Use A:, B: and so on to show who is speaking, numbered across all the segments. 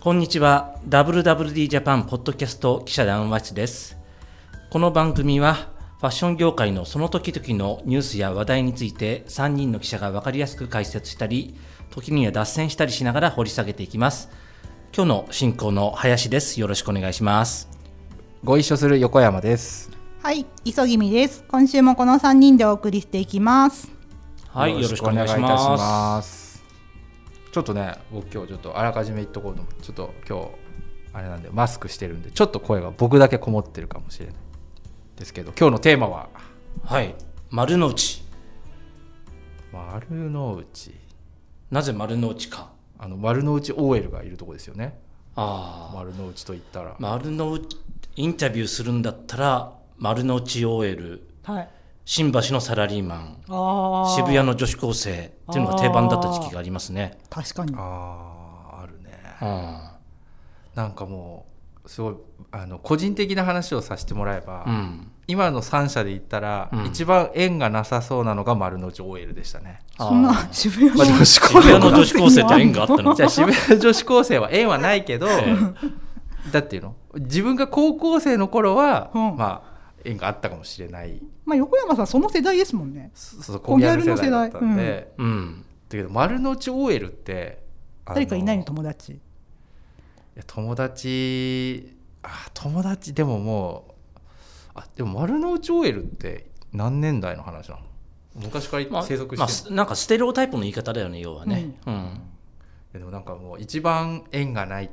A: こんにちは WWD ジャパンポッドキャスト記者談話室ですこの番組はファッション業界のその時々のニュースや話題について3人の記者が分かりやすく解説したり時には脱線したりしながら掘り下げていきます今日の進行の林ですよろしくお願いします
B: ご一緒する横山です。
C: はい、急ぎみです。今週もこの3人でお送りしていきます。
A: はいよろしくお願いし
B: た。
A: ます
B: ちょっとね、僕今日ちょっとあらかじめ言っとこうと思って、ちょっと今日あれなんでマスクしてるんで、ちょっと声が僕だけこもってるかもしれないですけど、今日のテーマは
A: すはい丸の内
B: 丸の内。
A: なぜ丸の内か
B: あの丸の内 OL がいるとこですよね。
A: ああ
B: 丸の内と言ったら、
A: 丸の内インタビューするんだったら丸の内 OL
C: はい。
A: 新橋のサラリーマン
C: ああ。
A: 渋谷の女子高生っていうのが定番だった時期がありますね。
C: 確かに。
B: あああるね。
A: うん
B: なんかもうすごいあの個人的な話をさせてもらえば。
A: うん、
B: 今の3社で言ったら、
A: うん
B: 一番縁がなさそうなのが丸の内 OL でしたね。
C: そん
A: あ
C: な渋谷の
B: まあ女子
A: 渋
B: 高
A: 谷
B: 生
A: の女子高生って縁があったの
B: じゃあ渋谷女子高生は縁はないけど、
A: え
B: だっていうの自分が高校生の頃は、
C: うん
B: まあ縁があったかもしれない
C: まあ横山さんその世代ですもんね。
B: そそう
C: コギャルの世代
B: だったんで、
A: うん、
B: だけど丸の内 OL ってあの
C: 誰かいないの友達。
B: いや友達あ友達でももうあでも丸の内 OL って何年代の話なの昔から
A: まあ
B: 生息してるの、
A: まあすなんかステレオタイプの言い方だよね要はね、うん
B: いやでもなんかもう一番縁がない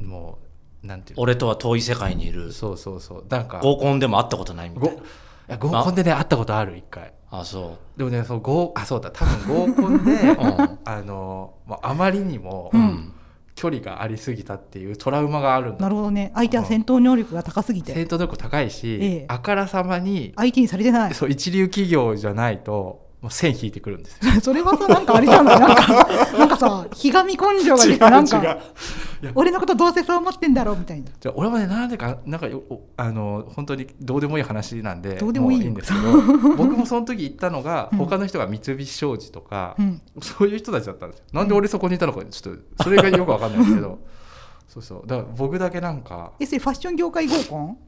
B: もうなんていう
A: 俺とは遠い世界にいる
B: のそうそうそうなんか
A: 合コンでも会ったことないみた
B: ごい
A: いな
B: や合コンでね会ったことある一回
A: あそ
B: でもねそう合あそうだ多分合コンで
A: う、うん
B: あの、まあ、あまりにも
A: うん、
B: 距離がありすぎたっていうトラウマがあるんだ
C: なるほどね。相手は戦闘能力が高すぎて
B: 生徒力高いし、
C: ええ
B: あからさまに、
C: 相手にされてない。
B: そう一流企業じゃないともう線引いてくるんですよ
C: それはさなんかあれじゃない。なんかなんかさひがみ根性が出てなんか俺のことどうせそう思ってんだろうみたいな。
B: じゃあ俺もねなんでかなんかよおあの本当にどうでもいい話なんで
C: どうでもいいよ
B: いいんですけど僕もその時行ったのが、
C: うん
B: 他の人が三菱商事とか
C: う、ん。
B: そういう人たちだったんですよなんで俺そこにいたのかちょっとそれがよくわかんないんですけど そうそうだから僕だけなんか
C: えそれファッション業界合コン？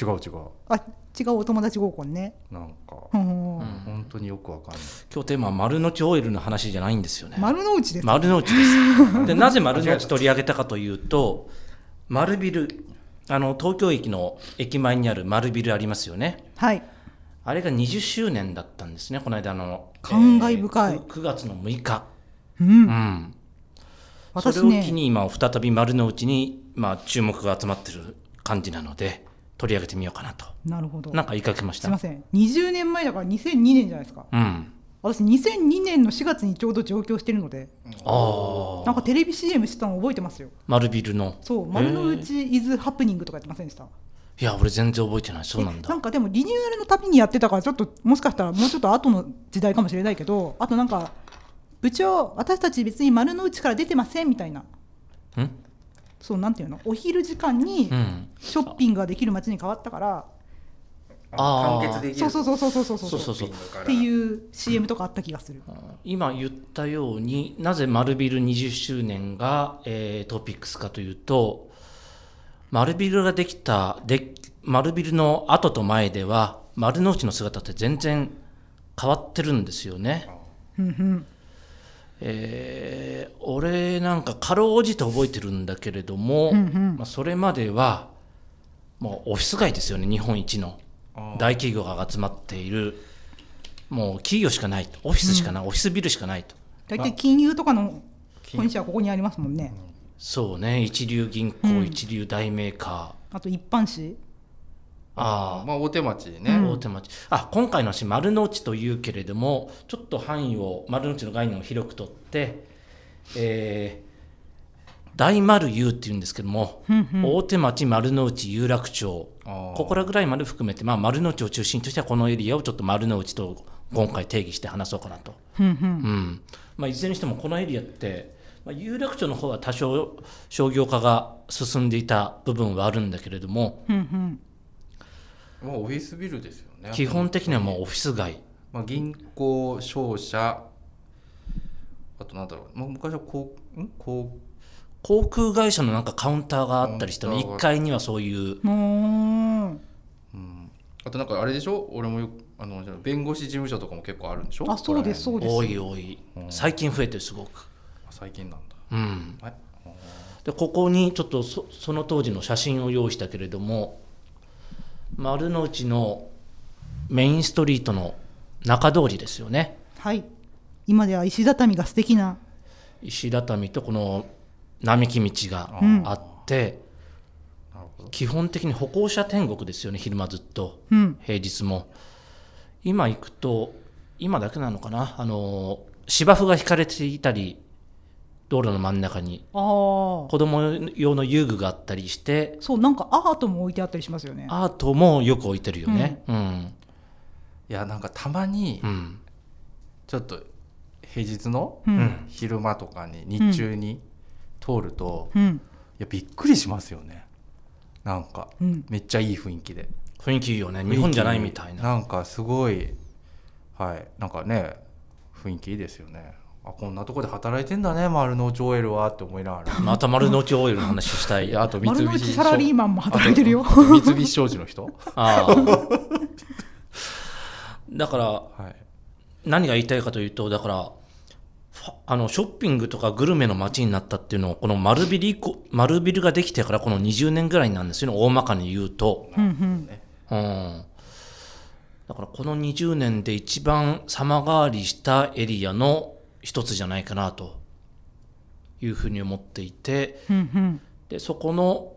B: 違う違う
C: あ違うお友達合コンね。
B: なんか
C: うん
A: うん
B: 本当によくわかんない
A: 今日テーマは丸の内 OL の話じゃないんですよね
C: 丸の内です。
A: 丸の内です。 でなぜ丸の内取り上げたかというと、丸ビル、あの東京駅の駅前にある丸ビルありますよね。
C: はい。
A: あれが20周年だったんですね、この間の。
C: 感慨深い
A: えーく 9, 月の6日。
C: う。
A: うんん。
C: 私ね
A: それを機に今、再び丸の内に、まあ、注目が集まってる感じなので、取り上げてみようかなと。
C: なるほど。
A: なんか言いかけまし
C: すみま
A: た。
C: せん20年前だから2002年じゃないですか
A: うん。
C: 私2002年の4月にちょうど上京してるので
A: あ
C: な
A: あ。
C: んかテレビ CM してたの覚えてますよ
A: 丸ビルの。
C: そう「丸の内 is happening」とかやってませんでした
A: いや、俺全然覚えてない。そうなん
C: え
A: だ。
C: かでもリニューアルのたびにやってたからちょっともしかしたらもうちょっと後の時代かもしれないけどあとなんか部長私たち別に丸の内から出てませんみたいな
A: うん。
C: そうなんていうのお昼時間に
A: うん。
C: ショッピングができる街に変わったから、
A: あー
C: そうそうそうそうそうそう
A: そうそうそう
C: っていう CM とかあった気がする、
A: 今言ったようになぜ丸ビル20周年が、えートピックスかというと丸ビルができたで丸ビルの後と前では丸の内の姿って全然変わってるんですよね。
C: うんうん、
A: えー俺なんかかろうじて覚えてるんだけれども、
C: うんうん
A: まあ、それまではもうオフィス街ですよね日本一の
B: あー
A: 大企業が集まっているもう企業しかないとオフィスしかない、オフィスビルしかないと。
C: 大体金融とかの
B: 金
C: 本社はここにありますもんね、
A: そうね一流銀行、
C: うん
A: 一流大メーカー
C: あと一般紙
A: あ
B: まあ大手町ね、
A: あ、大手町あ今回の話丸の内というけれどもちょっと範囲を丸の内の概念を広くとって、えー大丸湯っていうんですけども、
C: うんうん
A: 大手町丸の内有楽町
B: あー
A: ここらぐらいまで含めて、まあ、丸の内を中心としてはこのエリアをちょっと丸の内と今回定義して話そうかなと。
C: ふんふん
A: うんまあ、いずれにしてもこのエリアって、まあ、有楽町の方は多少商業化が進んでいた部分はあるんだけれども
C: ふんふん
B: まあオフィスビルですよね
A: 基本的にはもうオフィス街
B: まあ、銀行商社あとなんだろう、まあ、昔はこうんこう
A: 航空会社のなんかカウンターがあったりしてね、
B: カウンターが
A: 1階にはそういう
C: うーん
B: うん、あとなんかあれでしょ俺もよくあのじゃあ弁護士事務所とかも結構あるんでしょ
C: あそうです
B: ここら辺に
A: 多い多い
B: うん
A: 最近増えてるすごく、
B: あ最近なんだ
A: うん、
B: はい
A: でここにちょっとそその当時の写真を用意したけれども丸の内のメインストリートの中通りですよね
C: はい今では石畳が素敵な
A: 石畳とこの並木道が
C: うん
A: あって、
B: なるほど
A: 基本的に歩行者天国ですよね昼間ずっと
C: うん
A: 平日も今行くと今だけなのかなあの芝生が引かれていたり道路の真ん中に
C: ああ
A: 子供用の遊具があったりして
C: そうなんかアートも置いてあったりしますよね
A: アートもよく置いてるよねうん
B: いやなんかたまに
A: うん
B: ちょっと平日の
C: うん
A: うん
B: 昼間とかに日中に通ると、い
C: うん
B: やびっくりしますよねなんか
C: うん
B: めっちゃいい雰囲気で
A: 雰囲気いいよね日本じゃないみたいな
B: なんかすごいはいなんかね雰囲気いいですよねあこんなとこで働いてんだね丸の内 OL はって思いながら
A: また丸の内オイルの話したい
B: いやあと三
C: 丸の
B: 菱
C: 内サラリーマンも
B: あと
C: 働いてるよ
B: あと三菱商事の人
A: ああだから
B: はい
A: 何が言いたいかというとだからファあのショッピングとかグルメの街になったっていうのをこの丸ビル以降丸ビルができてからこの20年ぐらいなんですよね大まかに言うと、
C: うんうん
A: うん、だからこの20年で一番様変わりしたエリアの一つじゃないかなというふうに思っていて
C: うんうん
A: でそこの、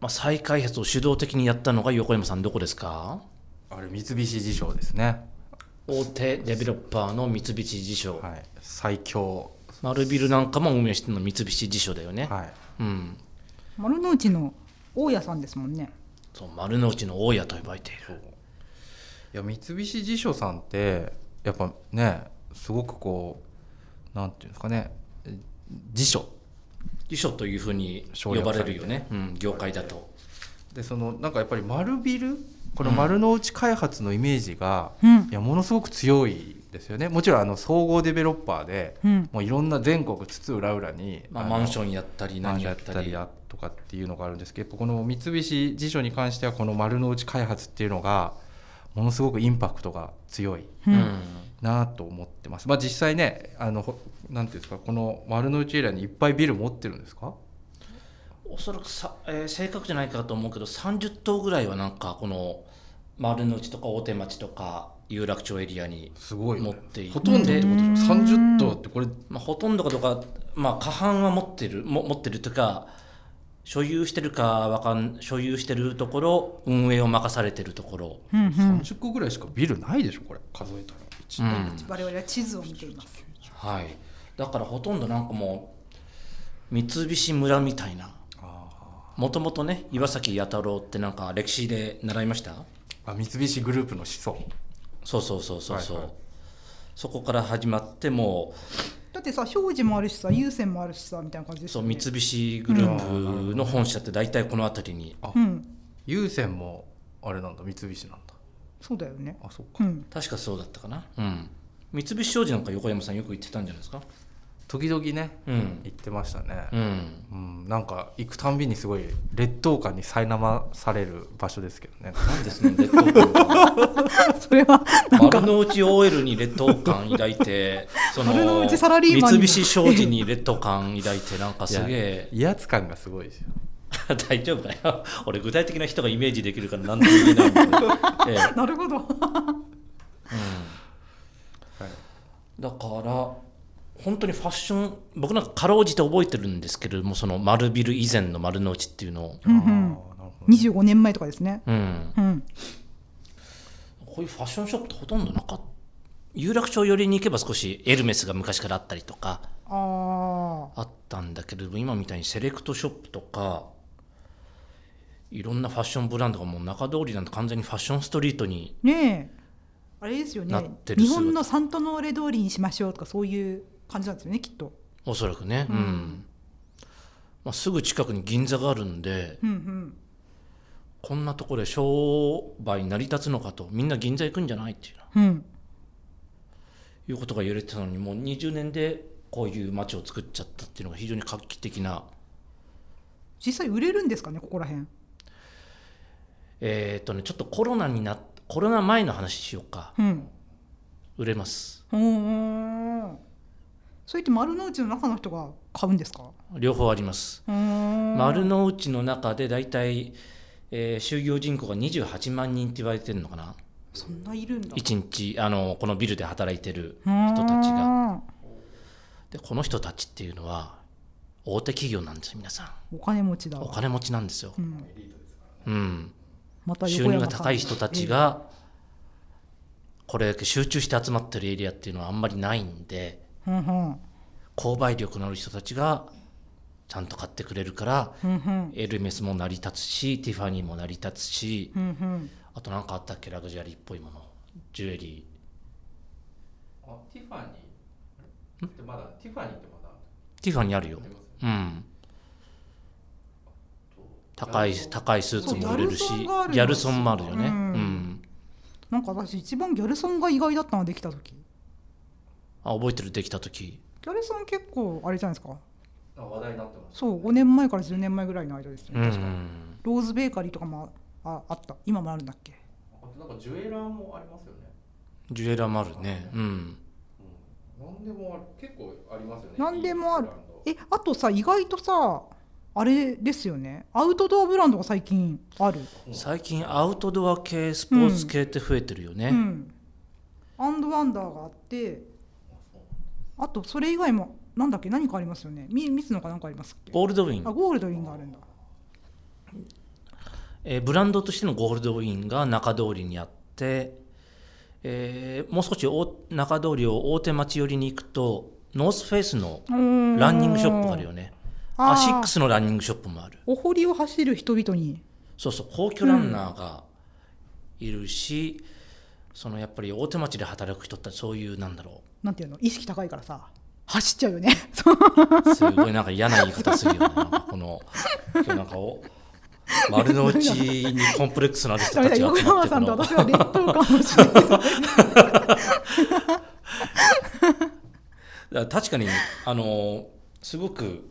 A: まあ、再開発を主導的にやったのが横山さんどこですか
B: あれ三菱地所ですね
A: 大手デベロッパーの三菱地所、
B: はい最強
A: 丸ビルなんかも運営してるの三菱地所だよね、
B: はい
A: うん
C: 丸の内の大家さんですもんね
A: そう丸の内の大家と呼ばれている
B: いや三菱地所さんってやっぱねすごくこうなんていうんですかね辞書
A: 地所というふうに呼ばれるよね、うん、業界だと
B: でそのなんかやっぱり丸ビルこの丸の内開発のイメージが、
C: うん
B: いやものすごく強いですよねもちろんあの総合デベロッパーで、
C: うん
B: もういろんな全国津々浦々に、
A: まあ、
B: の
A: マンションやったり
B: 何
A: 何
B: や
A: やっ
B: った
A: たり
B: りやとかっていうのがあるんですけどこの三菱地所に関してはこの丸の内開発っていうのがものすごくインパクトが強い
C: うん
B: なと思ってます。まあ実際ね、あのほなんていうんですか、この丸の内エリアにいっぱいビル持ってるんですか？
A: うんおそらくさ、えー正確じゃないかと思うけど30棟ぐらいはなんかこの丸の内とか大手町とか有楽町エリアに、
B: すごいよね、
A: 持っていて
B: ほとんどってことじゃん。三十棟ってこれ
A: まあ、ほとんどかどうか、まあ、過半は持ってるも持ってるというか所有してるかわかん所有してるところ運営を任されてるところ、
C: うんうん
B: 三十個ぐらいしかビルないでしょこれ数えたら。一
A: うん
C: 我々は地図を見ています
A: はい、だからほとんどなんかもう三菱村みたいな
B: あ
A: もともとね岩崎弥太郎ってなんか歴史で習いました
B: ーあ三菱グループの思想。
A: そうそうそうそうそう、
B: はいはい
A: そこから始まっても
C: だってさ表示もあるしさ優先もあるしさみたいな感じ
A: う
C: です
A: そ
C: よ
A: う
C: ね
A: 三菱グループの本社って大体この辺りに
C: うん
B: 優先もあれなんだ三菱なんだ。
C: そうだよね
B: あそっか。
C: うん
A: 確かそうだったかなうん三菱商事なんか横山さんよく行ってたんじゃないですか
B: 時々ね
A: うん
B: 行ってましたね。
A: うん
B: うん、なんか行くたんびにすごい劣等感に苛まされる場所ですけどね。
A: なんでその劣 等感が
C: それはなんか
A: 丸の内 OL に劣等感抱い てその
C: 丸の内サラリーマン
A: 三
C: に
A: 菱商事に劣等感抱いてなんかすげえ
B: 威圧感がすごいですよ。
A: 大丈夫かよ俺具体的な人がイメージできるから何とも言えないんだけど、ええ
C: なるほど
B: はい、
A: だから本当にファッション僕なんかかろうじて覚えてるんですけれどもその丸ビル以前の丸の内っていうのを、
C: うん
B: あ
C: う
B: ーなる
C: ん
B: ほどね
C: 25年前とかですね
A: うん、
C: うん
A: こういうファッションショップってほとんどなかった有楽町寄りに行けば少しエルメスが昔からあったりとか
C: あ
A: あったんだけれども今みたいにセレクトショップとかいろんなファッションブランドがもう中通りなんて完全にファッションストリートに
C: あねえあれですよ
A: な
C: ね
A: ってる
C: 日本のサントノーレ通りにしましょうとかそういう感じなんですよねきっと
A: おそらくね、うんまあ、すぐ近くに銀座があるんで
C: うんうん
A: こんなところで商売成り立つのかとみんな銀座行くんじゃないっていうな
C: うん
A: いうことが言われてたのにもう20年でこういう街を作っちゃったっていうのが非常に画期的な、
C: 実際売れるんですかねここら辺
A: えーっとね、ちょっとコロナになっコロナ前の話しようか
C: うん
A: 売れます
C: うーんそれって丸の内の中の人が買うんですか
A: 両方あります、
C: うーん
A: 丸の内の中で大体、えー就業人口が28万人って言われてるのかな
C: そんないるんだ
A: 一日あのこのビルで働いてる
C: 人
A: 人たちが
C: が
A: でこの人たちっていうのは大手企業なんですよ皆さ
C: お金持ちだ
A: んお
C: わ、
A: 金持ちなんですよ
C: う、ん、
A: うん、
C: また
A: 収
C: 横
A: 入
C: 山
A: が
C: さん
A: 高い人たち、がこれだけ集中して集まってるエリアっていうのはあんまりないんで
C: ええうんうん
A: 購買力のある人たちがちゃんと買ってくれるから
C: うんうん
A: エルメスも成り立つしティファニーも成り立つし
C: うんうん
A: あと何かあったっけラグジュアリーっぽいものジュエリ
B: あティファニーってまだティファニーってまだ
A: ーティファニーあるようん高い高いスーツも売れるし
C: そうギャルソンがあるよ
A: ギャルソンもあるよね
C: う
A: うんん、
C: なんか私一番ギャルソンが意外だったのできた時ギ
A: あ覚えてるできた時
C: ャルソン結構あれじゃないですか
B: あ話題になってます
C: そう5年前から10年前ぐらいの間ですね、
A: うん
C: 確かローズベーカリーとかもあああった今もあるんだっけ
B: あとなんかジュエラーもありますよね、
A: ジュエラーもあるねうん
B: うん、何でもある結構ありますよね
C: 何でもある
B: いいブランド
C: えあとさ意外とさあれですよねアウトドアブランドが最近ある、
A: 最近アウトドア系スポーツ系って増えてるよね、
C: うんアンドワンダーがあってあとそれ以外もなんだっけ何かありますよねミミスのか何かありますっけ
A: ゴールドウィ
C: あ
A: ン、
C: ゴールドウィンがあるんだ
A: えーブランドとしてのゴールドウィンが中通りにあって、えーもう少しお中通りを大手町寄りに行くとノースフェイスのラ
C: ラ
A: ンニングショップがあるよねアシックスのランニングショップもある
C: お堀を走る人々に
A: そうそう皇居ランナーがいるし、そのやっぱり大手町で働く人ってそういうなんだろ
C: なんていうの意識高いからさ走っちゃうよね
A: うすごいなんか嫌な言い方するよねなんかこの今日なんかお丸の内にコンプレックスのある人
C: ダメ
A: た
C: だ
A: ちが
C: 横
A: 集まっ
C: 山
A: てこ
C: さんと
A: の
C: 私は劣等感をしない
A: だから確かにあのすごく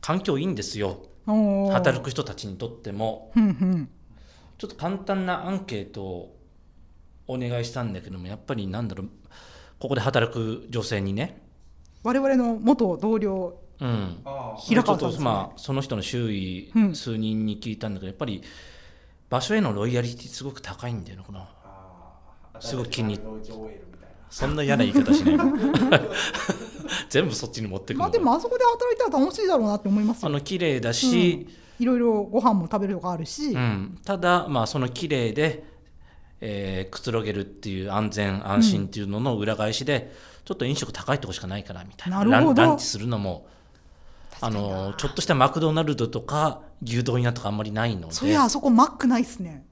A: 環境いいんですよ働
C: く
A: く人たちにとっても
C: ふんふん
A: ちょっと簡単なアンケートをお願いしたんだけどもやっぱりなんだろうここで働く女性にね、
C: 我々の元同僚
A: うん、
B: あ
A: それ
C: 平川さ
A: ちょ
C: んで
A: っ
C: す
A: と
C: ね
A: まあその人の周囲
C: うん
A: 数人に聞いたんだけど、やっぱり場所へのロイヤリティすごく高いんだよなこの
B: あ
A: すごい気に入っ
B: 丸の内 OL みたいな
A: そんな嫌な言い方しない 全部そっちに持ってくる
C: まあでもあそこで働いたら楽しいだろうなって思います
A: あ
C: よ
A: の綺麗だし、
C: いろいろご飯も食べるとかあるし、
A: うん、ただ、まあ、その綺麗で、えーくつろげるっていう安全安心っていうのの裏返しで、ちょっと飲食高いとこしかないからみたいな
C: なるほど
A: ランランチするのもあのちょっとしたマクドナルドとか牛丼屋とかあんまりないので
C: そりゃあそこマックないっすね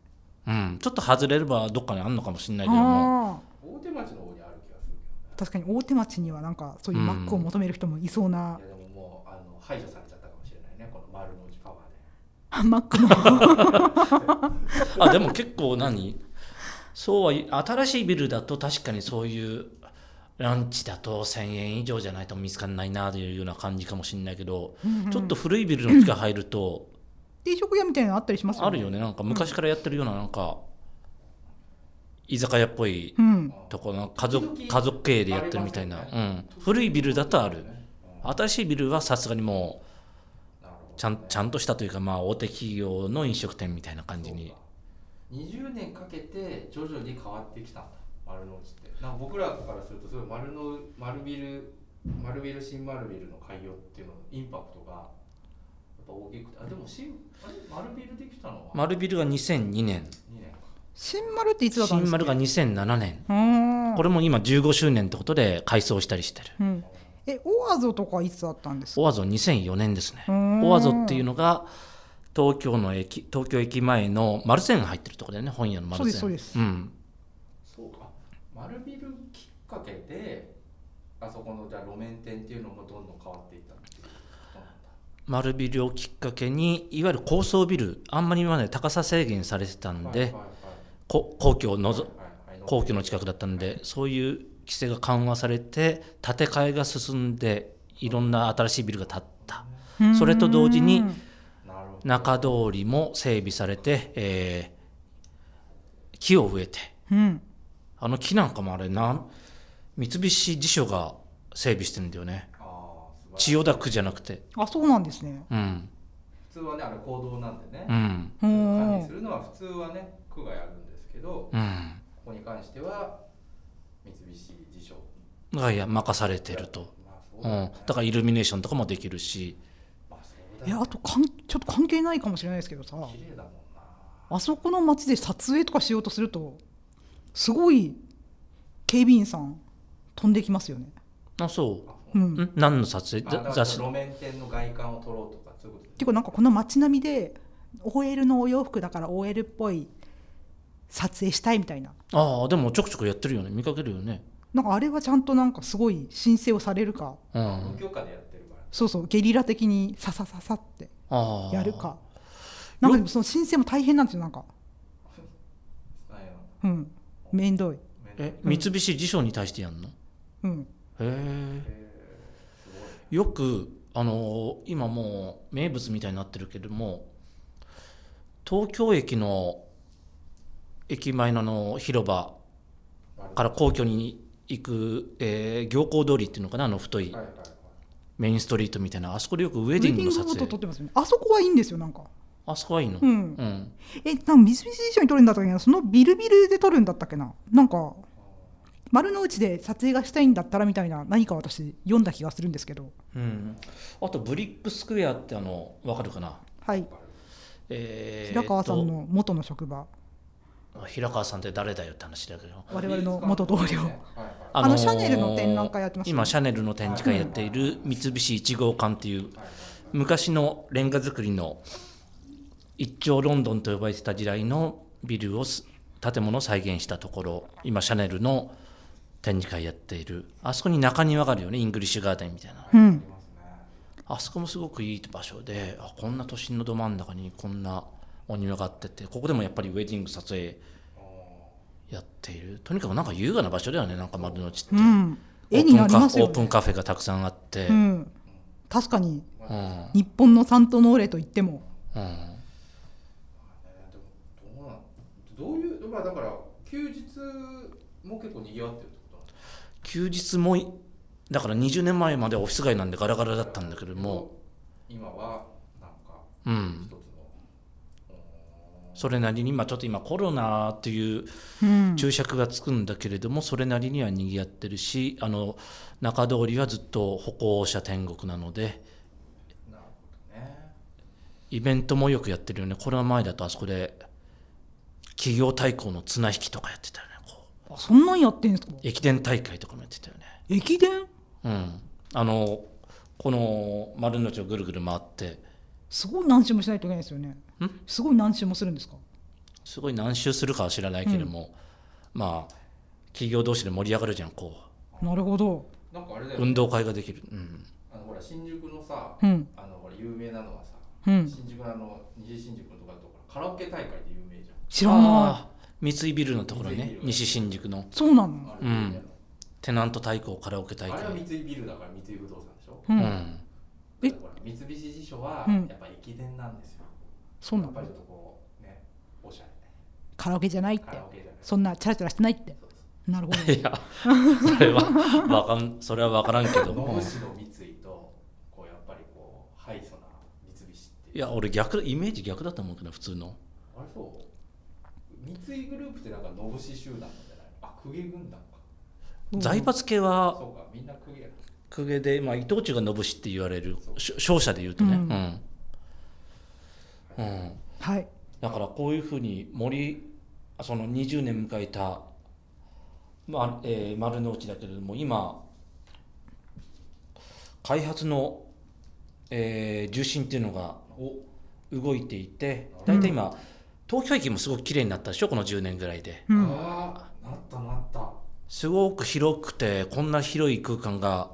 A: うん、ちょっと外れればどっかにあるのかもしれないけども
C: あ
B: 大手町の方にある気がする
C: ー確かに大手町にはなんかそういうマックを求める人もいそうな
B: け、どいやでももうあの排除されちゃったかもしれないねこの丸の内パワーで
C: マックの
A: あでも結構何そうはい新しいビルだと確かにそういうランチだと1000円以上じゃないと見つからないなというような感じかもしれないけど、ちょっと古いビルの地下入ると。
C: 定食屋みたいなのあったりしま す
A: あるよねなんか昔からやってるようななんか居酒屋っぽい
C: うん
A: とこの家族家族経営でやってるみたいな、うん、古いビルだとある新しいビルはさすがにも
B: なるほ
A: うちゃんちゃんとしたというかまあ大手企業の飲食店みたいな感じに
B: ど20年かけて徐々に変わってきたんだ丸の内ってなんか僕らからするとすごい丸の丸ビル丸ビル新丸ビルの開業っていうののインパクトがやっぱ大きくてあでも新あれ丸ビルできたのは
A: 丸ビルが2002年
B: 2年か
C: 新丸っていつだったんです
A: 新丸
C: か
A: が2007年
C: あー
A: これも今15周年ってことで改装したりしてる
C: うん、えオアゾとかいつだったんですか
A: オアゾ2004年ですね
C: うん
A: オアゾっていうのが東京の駅東京駅前の丸善が入ってるところだよね本屋の丸善
C: そうですそうです
A: うん
B: そうか丸ビルきっかけであそこのじゃあ路面店っていうのもどんどん変わっていったっていうことなんだ
A: 丸ビルをきっかけにいわゆる高層ビルあんまり今まで高さ制限されてたんで、
B: はいはいはい
A: こ皇居のぞ
B: はいはい
A: 皇居の近くだったんでそういう規制が緩和されて建て替えが進んでいろんな新しいビルが建った
C: うん
A: それと同時に
B: なるほど。
A: 中通りも整備されて、えー木を植えて
C: うん
A: あの木なんかもあれなん三菱地所が整備してるんだよね
B: ああ、素晴らしい
A: 千代田区じゃなくて
C: あそうなんですね
A: うん
B: 普通はね、あれ行動なんでね
A: う。ん
C: う
B: 管理
C: ん
B: するのは普通はね、区がやるんですけど、
A: うん
B: ここに関しては三菱地所。
A: がいや任されてると、
B: まあそう
A: う
B: だよ
A: ん
B: ね、
A: だからイルミネーションとかもできるし
B: まあそうだ
C: いや
B: よ
C: あとかんちょっと関係ないかもしれないですけどさ
B: ね綺麗だもんな。
C: あそこの街で撮影とかしようとするとすごい警備員さん飛んできますよね
A: あそう
B: あ
C: う
B: そうん
A: ん何の撮影
B: あだか
A: ざ
B: ら
A: 雑誌
B: 路面店の外観を撮ろうとかそういうことですね
C: ていうかなんかこの街並みで OL のお洋服だから OL っぽい撮影したいみたいな
A: ああでもちょくちょくやってるよね見かけるよね
C: なんかあれはちゃんとなんかすごい申請をされるか
A: うん
B: 無
A: あ
B: 許可でやってるから
C: そうそうゲリラ的にささささって
A: あ
C: やるかなんかでもその申請も大変なんですよなんか
B: 何やろ
C: うんめんどい
B: 面倒
A: え
C: うん
A: 三菱地所に対してやんのへ
C: うん
A: え
B: えーすごい
A: よくあのー今もう名物みたいになってるけども東京駅の駅前のあの広場
B: 丸
A: から皇居に行く、えー行幸通りっていうのかなあの太い
B: はいはいはい
A: メインストリートみたいなあそこでよくウェ
C: ウェ
A: デ
C: デ
A: ィ
C: ィ
A: ン
C: ン
A: グ
C: グ
A: の
C: フォ
A: 撮
C: ト撮っ
A: 影
C: てますよねあそこはいいんですよなんか
A: あそこはいいの
C: う
A: うんん
C: えなんか三菱地所に撮るんだったっけなそのビルビルで撮るんだったっけななんか丸の内で撮影がしたいんだったらみたいな何か私読んだ気がするんですけど
A: うんあとブリックスクエアってあのわかるかな
C: はい
B: 丸
A: えー
C: 平川さんの元の職場
A: と平川さんって誰だよって話だけど
C: 我々の元同僚
B: はいはい
C: あのシャネルの展覧会やってますよね
A: 今シャネルの展示会やっている三菱一号館っていう
B: はい
A: 昔のレンガ造りの一丁ロンドンと呼ばれてた時代のビルをす建物を再現したところ今シャネルの展示会やっているあそこに中庭があるよねイングリッシュガーデンみたいな
C: う
B: あり
C: ん
B: ますね
A: あそこもすごくいい場所であこんな都心のど真ん中にこんなお庭があっててここでもやっぱりウェディング撮影やっているとにかくなんか優雅な場所だよねなんか丸の内って、
C: うん絵になりますよ
A: オー
C: ね
A: プンカフェがたくさんあって、
C: う
A: うん
C: ん確かに
B: まあ
A: うん
C: 日本のサントノーレと言っても
B: ねでもどうなんどういうまあだから休日も結構賑わってるってことなんですか
A: 休日もいだから20年前まではオフィス街なんでガラガラだったんだけども、
B: 今はなんか
A: う
B: 一
A: ん、
B: つの
A: それなりに、まあ、ちょっと今コロナという
C: うん
A: 注釈がつくんだけれども、それなりには賑わってるしあの中通りはずっと歩行者天国なので
B: なるほどね
A: イベントもよくやってるよねコロナ前だとあそこで企業対抗の綱引きとかやってたよねこう
C: あそんなんやってんすか
A: 駅伝大会とかもやってたよね
C: 駅伝
A: うん、あのこの丸の内をぐるぐる回って
C: すごい何周もしないといけないですよねすごい何周もするんですか
A: すごい何周するかは知らないけれども、まあ企業同士で盛り上がるじゃんこ
C: なるほど
B: なんかあれだ
A: う
B: よね
A: 運動会ができる、うん、
B: あのほら新宿のさ
C: うん
B: あのほら有名なのはさ、
C: うん
B: 新宿のあの西新宿のとこだとカラオケ大会で有名じゃん
C: 知らない
A: あー三井ビルのところ
B: 三井ビ
A: ね
B: ル
A: 西新宿の
C: そうなの
B: あ
A: う
B: れ,、
A: んテナント対抗カラオケ大
B: あれは
A: 会
B: 三井ビルだから三井不動産でしょ
C: う
A: うんん
C: え
B: だからほら三菱地所は
C: うん
B: やっぱ駅伝なんですよ、
C: そうな
B: やっぱ
C: の
B: りちょっとこうねおしゃ
C: カラオケじゃないっ
B: れ
C: て
B: カラオケじゃない
C: そんなチャラチャラしてないって
B: そうそ
C: なるほど
A: いやそれはわかんそれは分からんけど
B: う野
A: も
B: 口の三井とこうやっぱりこうハイソな三菱っていう
A: いや俺逆イメージ逆だと思うけど普通の
B: あれそう三井グループってなんか野口集団なんじゃないあ公家軍団か
A: 財閥系は
B: そうかみんな公家やな
A: 公家で、まあ、伊藤忠が信氏って言われるし勝者で言うとね、うんうん
C: はい
A: だからこういうふうに森その20年迎えた、まあえー丸の内だけれども今開発の、えー重心っていうのが
B: お
A: 動いていて大体今、東京駅もすごく綺麗になったでしょこの10年ぐらいで
C: うん
B: ああなったなった
A: すごく広くてこんな広い空間が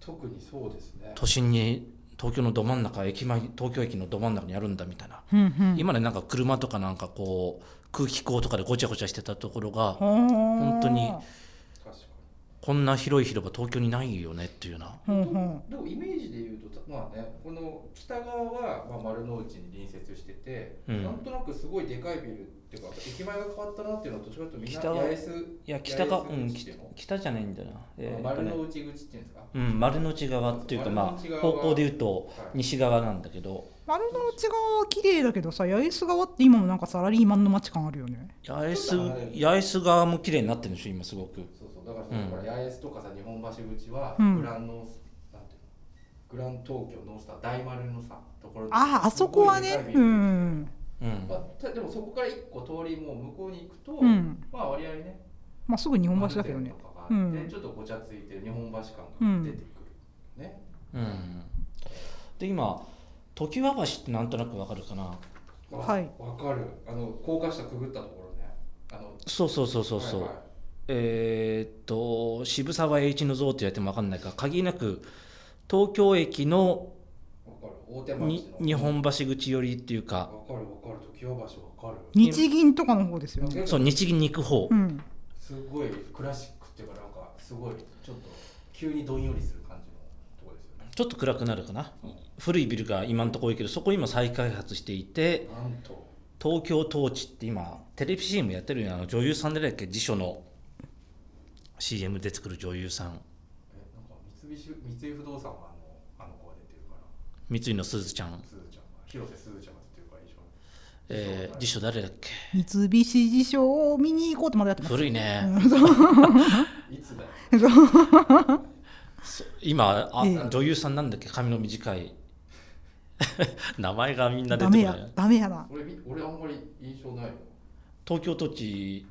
B: 特にそうですね
A: 都心に東京のど真ん中駅前東京駅のど真ん中にあるんだみたいな、
C: うんうん
A: 今ねなんか車とかなんかこう空気口とかでごちゃごちゃしてたところが
C: 本
A: 本当にこんな広い広場東京にないよねっていうような
C: ほんほん
B: でもイメージで言うとまあねこの北側はまあ丸の内に隣接してて、
A: うん
B: なんとなくすごいでかいビルっていうか駅前が変わったなっていうのはどっちかというとみんな
A: 北は
B: 八重洲
A: いや北が、
B: 八
A: う
B: 重洲
A: ん、
B: 口
A: 北
B: っていうの
A: 北じゃないんだよな、えー
B: まあ
A: っとね
B: 丸の内口っていうんですか、
A: うん、丸の内側っていうかま
B: 丸の内
A: あ
B: 側
A: 方向で言うと
B: はい
A: 西側なんだけど
C: 丸の内側は綺麗だけどさ八重洲側って今もなんかサラリーマンの街感あるよね
A: 八重
B: そ
A: 洲
B: うだね
A: 八重洲側も綺麗になってるんでしょ今すごく
B: そうそうだからそのほら八重洲とかさ日本橋口は
C: うん
B: グランノース、なんていうのグラン東京ノースター大丸のさところ
C: あああそこはね
B: すごいでかいビ
C: う
B: ル
C: ん
A: うん
B: まあ、たでもそこから一個通りもう向こうに行くと、
C: うん
B: まあ割合ね
C: まあすぐ日本橋だけどね
B: マルゼンとかがあって
C: うん
B: ちょっとごちゃついてる日本橋感が出てくる、ね
A: うんで今常盤橋ってなんとなくわかるかな
B: わ
C: はい
B: わかるあの高架下くぐったところねあの
A: そうそうそうそうそう、
B: はいはい
A: えーっと渋沢栄一の像って言われてもわかんないから限りなく東京駅の
B: わかる大手町の
A: に日本橋口寄りっていう
B: わ
A: か
B: かるわかる時盤橋わかる
C: 日銀とかの方ですよね
A: そう日銀に行く方
C: うん
B: すごいクラシックっていうかなんかすごいちょっと急にどんよりする感じのところですよね
A: ちょっと暗くなるかな古いビルが今のところいいけどそこ今再開発していて
B: なんと
A: 東京統治って今テレビ CM やってるようなあの女優さんでだっけ辞書の CM で作る女優さん
B: えなんか三菱三井不動産はあのあの子が出てるから
A: 三井のすずちゃん、
B: すずちゃんが広瀬すずちゃんが出てるから印象
A: えー辞書誰だっけ
C: 三菱地所を見に行こうとまだやってます
A: 古いね、
B: いつだよ
A: そ今あ、
C: ええ
A: 女優さんなんだっけ髪の短い 名前がみんな出
C: ダ
A: て
C: メ
A: こな
C: や
A: い
C: ダメやな
B: 俺み俺あんまり印象ないよ
A: 東京都知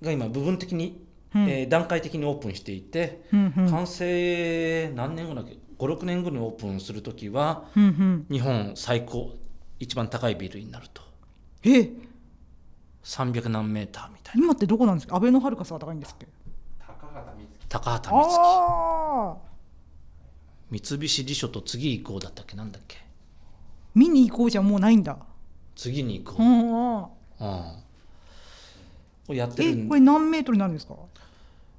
A: が今部分的に、
C: うん
A: えー段階的にオープンしていて、
C: うんうん
A: 完成何年後だっけ56年後にオープンする時は
C: うんうん
A: 日本最高一番高いビルになると
C: え
A: 300何メーターみたいな
C: 今ってどこなんですか安倍のハルカスは高いんですっけ
B: 高畑充希
A: 高畑
C: ああ
A: 充希三菱地所と次行こうだったっけなんだっけ
C: 見に行こうじゃもうないんだ
A: 次に行こう、
C: うんうん
A: うん、をやってる
C: え
A: ん
C: これ何メートルになるんですか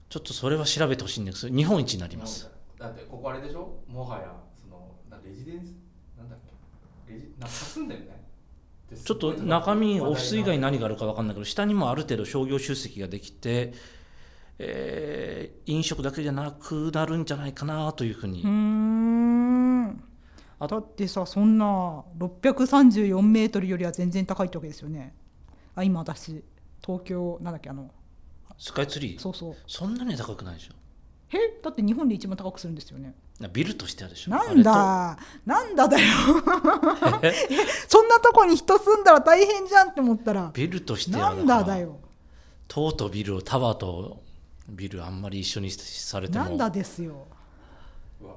A: ちょっとそれは調べてほしいんですけど日本一になります
B: だってここあれでしょもはやそのなレジデンスなんだっけレジなんか住んだよねです
A: ちょっと中身オフィス以外に何があるか分かんないけど下にもある程度商業集積ができて、えー飲食だけじゃなくなるんじゃないかなというふうに、
C: うーん
A: あ
C: だってさそんな634メートルよりは全然高いってわけですよねあ今私東京なんだっけあの
A: スカイツリー
C: そうそう
A: そんなには高くないでしょ
C: えだって日本で一番高くするんですよね
A: なビルとしてはでしょ
C: なん
A: あ
C: だなんだだよ そんなとこに人住んだら大変じゃんって思ったら
A: れとビルとして
C: な
A: は
C: んだだよ
A: 塔とビルをタワーとビルあんまり一緒にされても
C: なんだですよ
B: うわ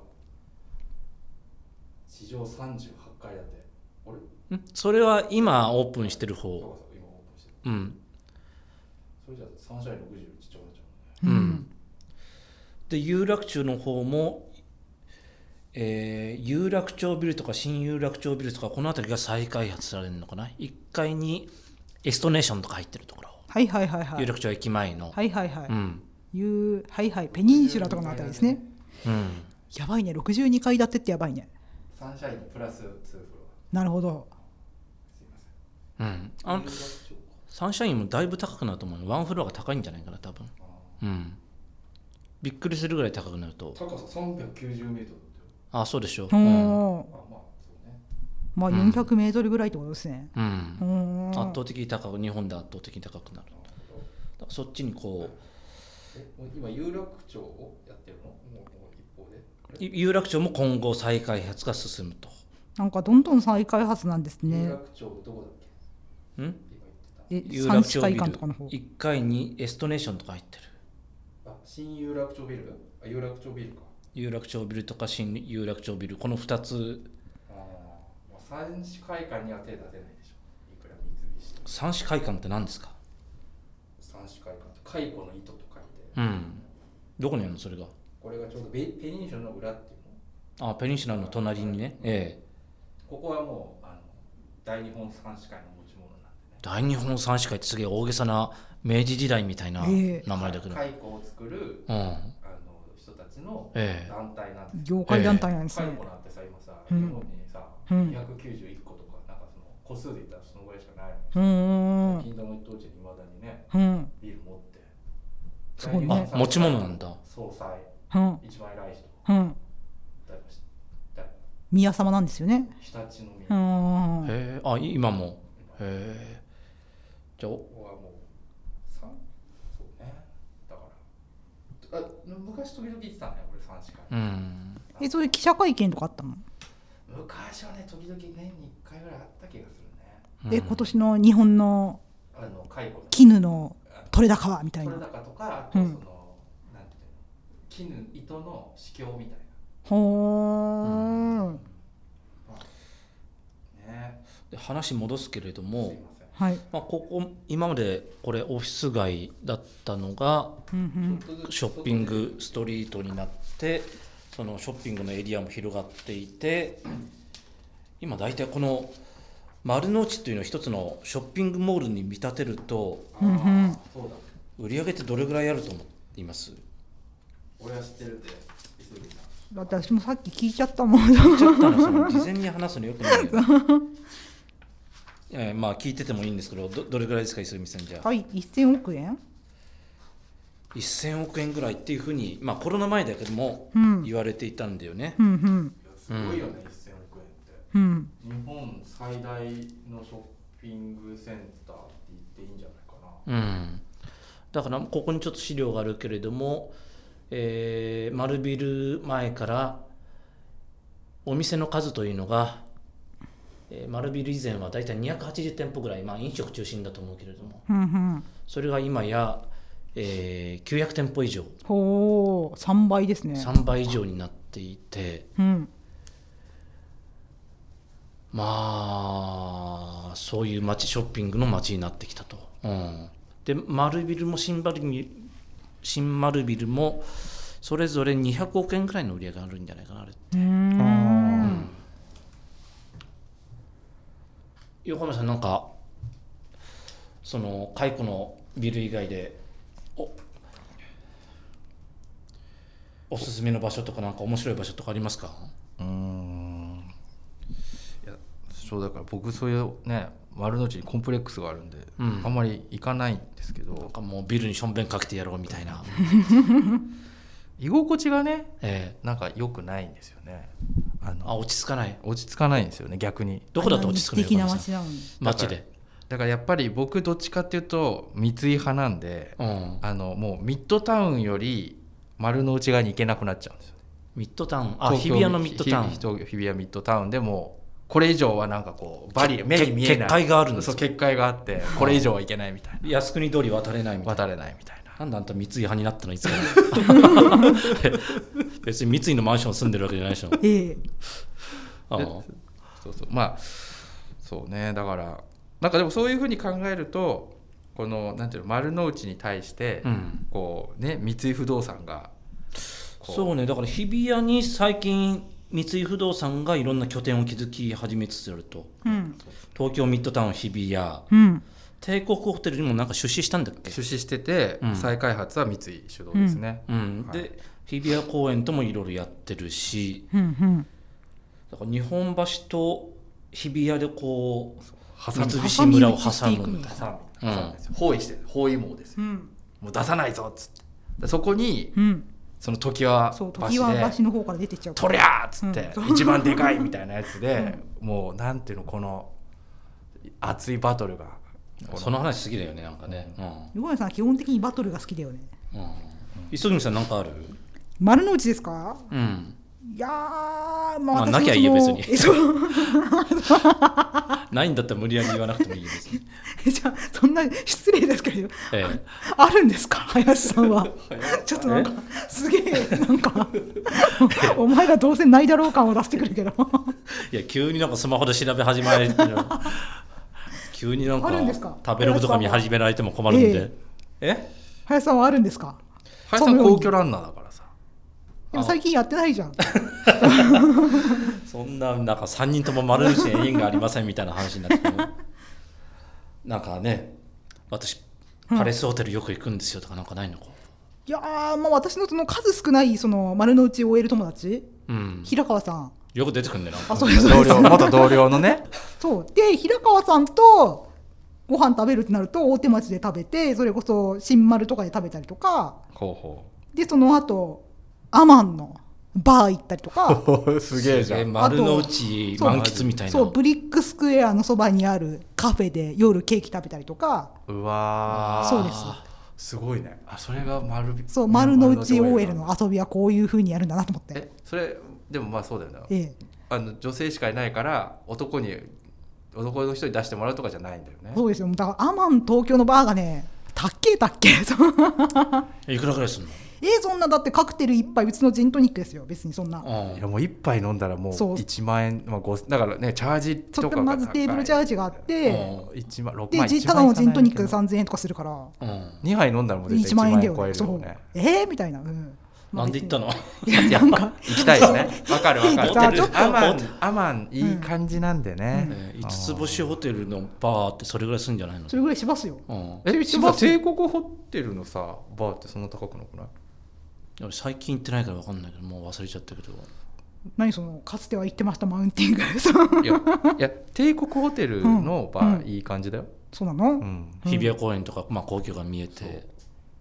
B: 地上38階だってあれ
A: んそれは今オープンしてる
B: そう
A: 方
B: かそうか今オープンしてる
A: うん
B: それじゃサンシャイン60ちっちゃくなっちゃう
A: うんで有楽町の方も、えー有楽町ビルとか新有楽町ビルとかこの辺りが再開発されるのかな1階にエストネーションとか入ってるところ、
C: はいはいはいは
A: 有
C: い
A: 楽町駅前の、
C: はいはいはい、
A: うん
C: いうはいはいペニンシュラとかのあたりですね
A: うん
C: やばいね62階建てってやばいね
B: サンシャインプラス2フロア
C: なるほど
B: すいません
A: うん、あの
B: 有楽町か
A: サンシャインもだいぶ高くなると思うよワンフロアが高いんじゃないかな多分、
B: あ
A: うん、びっくりするぐらい高くなると
B: ー高さ390メートルだって
A: あそうでしょ
C: お
A: うん、
C: お
B: まあまあそうね
C: まあ
A: うん
C: 400メートルぐらいってことですね
A: うん
C: う、ん
A: 圧倒的に高く日本で圧倒的に高くなる
B: なるほど
A: だからそっちにこう
B: えもう今有楽町をやってるのもうもう一方で
A: い有楽町も今後再開発が進むと。
C: なんかどんどん再開発なんです
B: 有
C: ね
B: 楽町どこだっけ
A: ん
B: 今言ってた
C: え
A: 有
C: 三
A: 楽
C: 市
A: 町
C: 会
A: ビル
C: 館とかの方
A: 1階にエストネーションとか入ってる
B: あ新有楽町ビルあ有楽町ビルか
A: 有楽町ビルとか新有楽町ビルこの2つ
B: あーもう三市会館には手出せないでしょいくら三菱と
A: 三市会館って何ですか
B: 三市会館解雇の糸と書いて
A: うんどこにあるのそれが
B: これがちょうどベペニンションの裏っていうの
A: あペニンシュラの隣にねえ
B: ここはもうあの大日本三市会の持ち物なんでね
A: 大日本産歯科医ってすげえ大げさな明治時代みたいな
C: ええ
A: 名前だけど、
B: 解雇を作る
A: うん
B: あの人たちの
A: ええ
B: 団体なんです
C: 業界団体なんです
B: 解
C: ね
B: 雇。なんてさ今さ
C: う
B: 日
C: ん
B: 本にさ
C: うん
B: 291個とかなんかその個数で言ったらそのぐらいしかないのに
C: うーん。
B: 近所の一等地にいまだにね
C: うん。
B: ビール持って
C: すごいね
A: あ持ち物なんだ
B: 総裁
C: うん。
B: 一番偉い人
C: うん。
B: だいぶしだい
C: 宮様なんですよね。
B: 日立のみ
C: う
B: こ
C: ん。う
A: へ
C: ん
A: えあい今もへえじゃあお
B: こはもう三そうねだからあ昔時々言ってたね俺三しか
A: うん
C: え、そういう記者会見とかあったの。
B: 昔はね時々年に1回ぐらいあった気がするね
A: うん
C: え、今年の日本の
B: あの解雇の
C: 絹の
B: あ
C: 取れ高はみたい
B: 取
C: な
B: れ。高とかあとそ
C: うん
B: の、なんていうの絹糸の試供みたい
C: ほ
B: な、
C: ー。
B: まあね
A: で話戻すけれど
B: すい
A: も、
B: ません
C: はい。
A: まあ、ここ今までこれオフィス街だったのが
C: うんうん。
B: ちょっとずつ
A: ショッピングストリートになってそのショッピングのエリアも広がっていて今大体この丸の内というのを一つのショッピングモールに見立てると
B: あー
C: うんうん
B: そうだ
A: 売り上げってどれぐらいあると思っています
B: 俺は知ってるんで急ぎな
C: だって私もさっき聞いちゃったもん。
A: ちょっとあのその事前に話すのよくないけどえーまあ聞いててもいいんですけどどどれぐらいですか磯海さんじゃあ、
C: はい、一千億円。
A: 1000億円ぐらいっていうふうに、まあ、コロナ前だけども
C: うん。
A: 言われていたんだよね、
C: うんうん。
B: いやすごいよね、1000億円って
C: うん。
B: 日本最大のショッピングセンターって言っていいんじゃないかな
A: うん、だからここにちょっと資料があるけれども、えー丸ビル前からお店の数というのが、えー丸ビル以前はだいたい280店舗ぐらい、まあ、飲食中心だと思うけれども
C: うんうん。
A: それが今や、えー900店舗以上
C: ほう、三倍ですね。
A: 3倍以上になっていて
C: うん。
A: まあそういう街ショッピングの街になってきたと。うん、で丸ビルも新丸ビル新丸ビルもそれぞれ200億円ぐらいの売り上げがあるんじゃないかなあれ
C: うーん。
A: 横山さんなんかその解雇のビル以外でおおすすめの場所とかなんか面白い場所とかありますか
B: うーんいやそうだから僕そういうね丸の内にコンプレックスがあるんで、
A: うん
B: あんまり行かないんですけ
A: なん
B: ど
A: かもうビルにしょんべんかけてやろうみたいな、
B: 居心地がね
A: ええ
B: なんか良くないんですよねあの
A: あ落ち着かない
B: 落ち着かないんですよね逆に
A: どこだと落ち着くの
C: 素敵な
A: 横山さん
C: 街なのに。
A: 街で、
B: だからやっぱり僕どっちかっていうと三井派なんで
A: うん、
B: あのもうミッドタウンより丸の内側に行けなくなっちゃうんですよね
A: ミッドタウンあ
B: 東
A: 日
B: 京
A: 比谷のミッドタウン
B: ひひ東京日比谷ミッドタウンでもうこれ以上はなんかこうバリ目に見えな
A: 結
B: い
A: 界があるんです
B: そう結界があってこれ以上はいけないみたいな
A: 靖国通り渡れないみたいな
B: 渡れないみたいな
A: なんであんた三井派になったのい つから別に三井のマンション住んでるわけじゃないでしょ
C: ええ。
A: あ
B: で
A: あ
B: そうそうまあそうねだからなんかでもそういうふうに考えるとこのなんていうの丸の内に対して、
A: うん
B: こうね三井不動産がこう
A: そうねだから日比谷に最近三井不動産がいろんな拠点を築き始めつつあると
C: うん。
A: 東京ミッドタウン日比谷
C: うん。
A: 帝国ホテルにもなんか出資したんだっけ、
B: 出資してて、
A: うん
B: 再開発は三井主導ですね、
A: うん、
B: はい
A: で日比谷公園ともいろいろやってるし
C: うん。うん。
A: だから日本橋と日比谷でこう
B: 挟
A: 三
B: み
A: 菱村を挟むみたいな
B: 挟み
A: うん
B: 挟むんですよ包囲して包囲網ですよ
C: うん。
B: もう出さないぞっつってでそこに
C: うん。
B: その時は
C: そう、
B: 橋
C: 時は
B: で
C: 橋の方から出てっちゃ
B: 「
C: うから。
B: 取りゃ!」っつって、
C: う
B: 一番でかいみたいなやつで、もうなんていうのこの熱いバトルがこ
A: その話好きだよねなんかね
C: 横山さん、基本的にバトルが好きだよね。
A: うん、うん磯君さんなんかある
C: 丸の内ですか。
A: うん
C: いやー、まあ、
A: まあ
C: 私も
A: なきゃいいよ
C: その
A: 別に
C: えそう
A: ないんだったら無理やり言わなくてもいい です。
C: えじゃあ、そんな失礼ですけど、
A: え
C: あるんですか、林さんは。ちょっとなんか、すげえ、なんか、 お前がどうせないだろう感を出してくるけど、
A: え、いや急になんかスマホで調べ始められて 急になんか
C: あるんですか
A: 食べログとか見始められても困るんで。え
C: 林さんはあるんですか
B: 林さん
C: そのよう
B: 皇
C: に
B: 居ランナーだからさ
C: でも最近やってないじゃん。
A: そんななんか3人とも丸の内に縁がありませんみたいな話になってくるなんかね私
C: うん
A: パレスホテルよく行くんですよとかなんかないのか
C: いやー、まあ、私のその数少ないその丸の内 OL 友達、
A: うん
C: 平川さん、
A: よく出てくんねなんか
C: あそうです
D: 同 僚元同僚のね
C: そうで平川さんとご飯食べるってなると大手町で食べてそれこそ新丸とかで食べたりとか
D: ほうほ
C: でその後アマンのバー行ったり とか
D: うすげえじゃん
A: 丸の内
C: そう
A: 満喫みたいな
C: そうブリックスクエアのそばにあるカフェで夜ケーキ食べたりとか
D: うわ
A: あー
C: そうです
D: ーすごいね
B: あそれが丸び
C: そう丸の
D: 丸
C: 内
D: の内
C: OL の遊びはこういう風にやるんだなと思って
B: えそれでもまあそうだよな
C: ええ
B: あの女性しかいないから男に男の人に出してもらうとかじゃないんだよね
C: そうですよだからアマン東京のバーがねたっけえた っけえそう
A: いくらぐらいするの
C: ええそんなだってカクテル一杯うちのジントニックですよ別にそんな
A: あ
B: い
A: あ
B: やもう一杯飲んだらもう
C: そう
B: 1万円、まあ、5だからねチャージ
C: ちょ
B: と
C: っ
B: か
C: とまずテーブルチャージがあって、
A: うん
B: 1万6
C: で、
B: 万
C: じただのジントニック
B: さん
C: 3000円とかするから
A: うん
B: 2杯飲んだらもう絶対
C: 1
B: 1万
C: 万円だ
B: 円
C: よ
B: 超え
C: ね
B: る
C: そ
B: よ
C: う
B: ね
C: えー、みたいな、うん、まあ
A: なんで行ったの
C: 別にいやなんか
B: 行きたいよねわかるわかる
C: さあちょっと
B: アマンアマンいい感じなんでね、
A: えー五つ星ホテルのバーってそれぐらいするんじゃないの
C: それぐらいしますよ
A: うん
B: え
C: します
B: 帝国ホテルのさバーってそんな高くな くない
A: いや最近行ってないから分かんないけどもう忘れちゃったけど
C: 何そのかつては行ってましたマウンティング そう
B: いやいや帝国ホテルのバ
C: うん
B: ーいい感じだよ、
C: そうなの、
B: うん
C: うん
A: 日比谷公園とか、まあ、皇居が見え
B: そう
A: て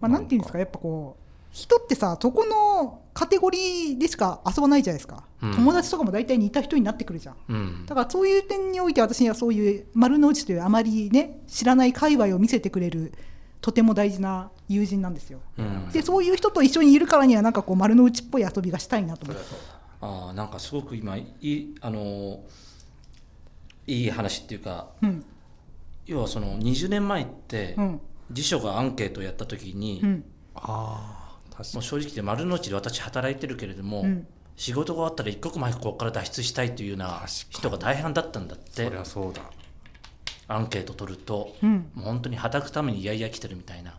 C: まあ、なんていうんですかやっぱこう人ってさそこのカテゴリーでしか遊ばないじゃないですか、
A: うん
C: 友達とかも大体似た人になってくるじゃん
A: うん
C: だからそういう点において私にはそういう丸の内というあまりね知らない界隈を見せてくれるとても大事な友人なんですよ
A: うん
C: でそういう人と一緒にいるからにはなんかこう丸の内っぽい遊びがしたいなと思って
A: ああなんかすごく今いいあのーいい話っていうか
C: うん
A: 要はその20年前って
C: うん
A: 辞書がアンケートをやった時に、
C: う
A: も
C: ん
D: ああ確か
A: う正直で丸の内で私働いてるけれども、
C: うん
A: 仕事が終わったら一刻も早くここから脱出したいというような人が大半だったんだっ
B: そ
A: て
B: りゃそうだ
A: アンケート取ると、
C: うん
A: もう本当に働くためにいやいや来てるみたいな